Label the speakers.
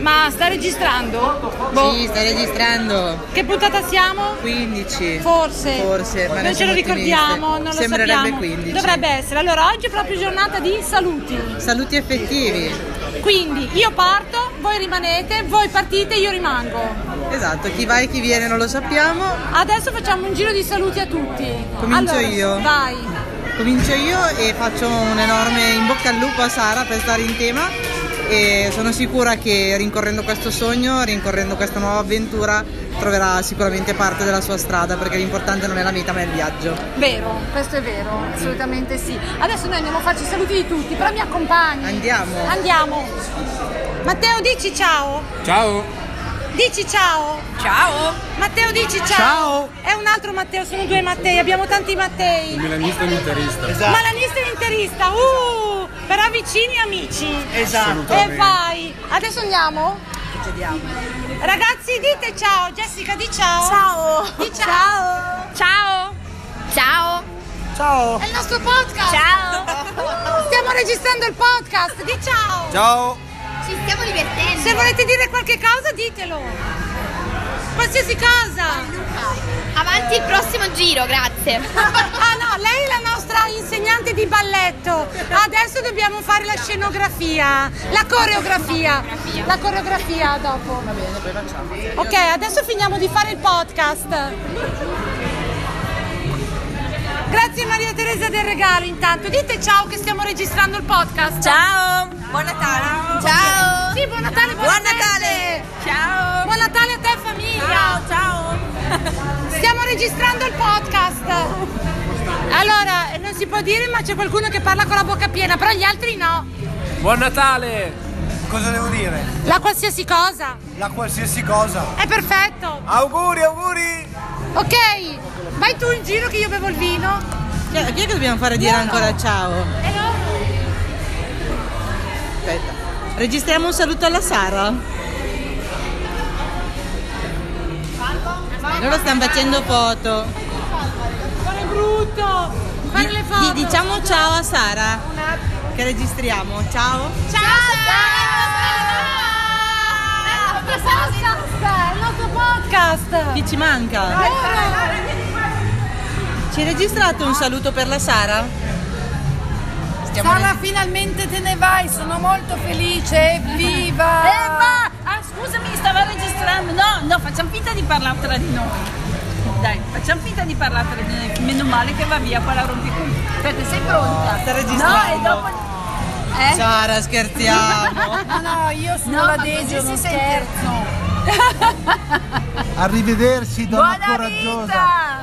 Speaker 1: Ma sta registrando? Boh.
Speaker 2: Sì, sta registrando.
Speaker 1: Che puntata siamo?
Speaker 2: 15.
Speaker 1: Forse.
Speaker 2: Forse, ma
Speaker 1: non ce lo
Speaker 2: siamo
Speaker 1: ricordiamo,
Speaker 2: ottimiste.
Speaker 1: non lo
Speaker 2: Sembrerebbe
Speaker 1: sappiamo.
Speaker 2: 15.
Speaker 1: Dovrebbe essere. Allora, oggi è proprio giornata di saluti.
Speaker 2: Saluti effettivi.
Speaker 1: Quindi io parto, voi rimanete, voi partite, io rimango.
Speaker 2: Esatto, chi va e chi viene non lo sappiamo.
Speaker 1: Adesso facciamo un giro di saluti a tutti.
Speaker 2: Comincio
Speaker 1: Allora,
Speaker 2: io?
Speaker 1: Vai.
Speaker 2: Comincio io e faccio un enorme in bocca al lupo a Sara per stare in tema e sono sicura che rincorrendo questo sogno, rincorrendo questa nuova avventura, troverà sicuramente parte della sua strada perché l'importante non è la meta ma è il viaggio.
Speaker 1: Vero, questo è vero, assolutamente sì. Adesso noi andiamo a farci i saluti di tutti, però mi accompagni.
Speaker 2: Andiamo.
Speaker 1: Andiamo. Matteo dici ciao.
Speaker 3: Ciao!
Speaker 1: Dici ciao.
Speaker 4: Ciao!
Speaker 1: Matteo dici ciao.
Speaker 3: Ciao.
Speaker 1: È un altro Matteo, sono due Mattei, abbiamo tanti Mattei.
Speaker 3: Il milanista e l'interista.
Speaker 1: Ma la lista è interista, uh, però vicini amici.
Speaker 3: Esatto.
Speaker 1: E vai. Adesso andiamo?
Speaker 4: Chiediamo.
Speaker 1: Ragazzi dite ciao, Jessica di ciao.
Speaker 4: Ciao!
Speaker 1: Di ciao.
Speaker 4: Ciao! Ciao!
Speaker 1: È il nostro podcast.
Speaker 4: Ciao.
Speaker 1: Uh, stiamo registrando il podcast, di ciao.
Speaker 3: Ciao!
Speaker 5: Ci stiamo divertendo.
Speaker 1: Se volete dire qualche cosa ditelo. Qualsiasi cosa.
Speaker 5: Avanti il prossimo giro, grazie.
Speaker 1: Ah no, lei è la nostra insegnante di balletto. Adesso dobbiamo fare la scenografia, la coreografia. La coreografia dopo. Va bene, poi facciamo. Ok, adesso finiamo di fare il podcast. Grazie Maria Teresa del regalo intanto. Dite ciao che stiamo registrando il podcast.
Speaker 4: Ciao! Buon Natale!
Speaker 5: Ciao.
Speaker 1: Sì, buon Natale, buon,
Speaker 4: Buon Natale! Ciao!
Speaker 1: Buon Natale a te famiglia.
Speaker 4: Ciao, ciao!
Speaker 1: Stiamo registrando il podcast. Allora, eh, non si può dire, ma c'è qualcuno che parla con la bocca piena, però gli altri no.
Speaker 6: Buon Natale! Cosa devo dire?
Speaker 1: La qualsiasi cosa.
Speaker 6: La qualsiasi cosa.
Speaker 1: È perfetto.
Speaker 6: Auguri, auguri!
Speaker 1: Ok, vai tu in giro che io bevo il vino.
Speaker 2: Chi è chi è che dobbiamo fare dire ancora ciao?
Speaker 1: E loro?
Speaker 2: Aspetta. Registriamo un saluto alla Sara. Loro stanno facendo foto.
Speaker 1: È brutto. Fare le foto.
Speaker 2: Di- diciamo ciao a Sara. Che registriamo. Ciao.
Speaker 1: Ciao, Sara! È il nostro podcast, è il nostro podcast.
Speaker 2: Chi ci manca?
Speaker 1: Loro.
Speaker 2: Ci registrate un saluto per la Sara? Stiamo
Speaker 7: Sara finalmente te ne vai, sono molto felice, evviva!
Speaker 4: Emma! Ah, scusami, stava registrando. No, no, facciamo finta di parlare tra di noi. Dai, facciamo finta di parlare tra di noi. Meno male che va via quella rompiculo. Aspetta, sei pronta?
Speaker 2: Sta registrando.
Speaker 4: No, e dopo... Eh?
Speaker 2: Sara, scherziamo.
Speaker 7: No, no, io sono
Speaker 4: No,
Speaker 7: la
Speaker 4: ma
Speaker 7: Dejo,
Speaker 4: così
Speaker 7: non
Speaker 4: si
Speaker 7: scherzo.
Speaker 4: Buona vita!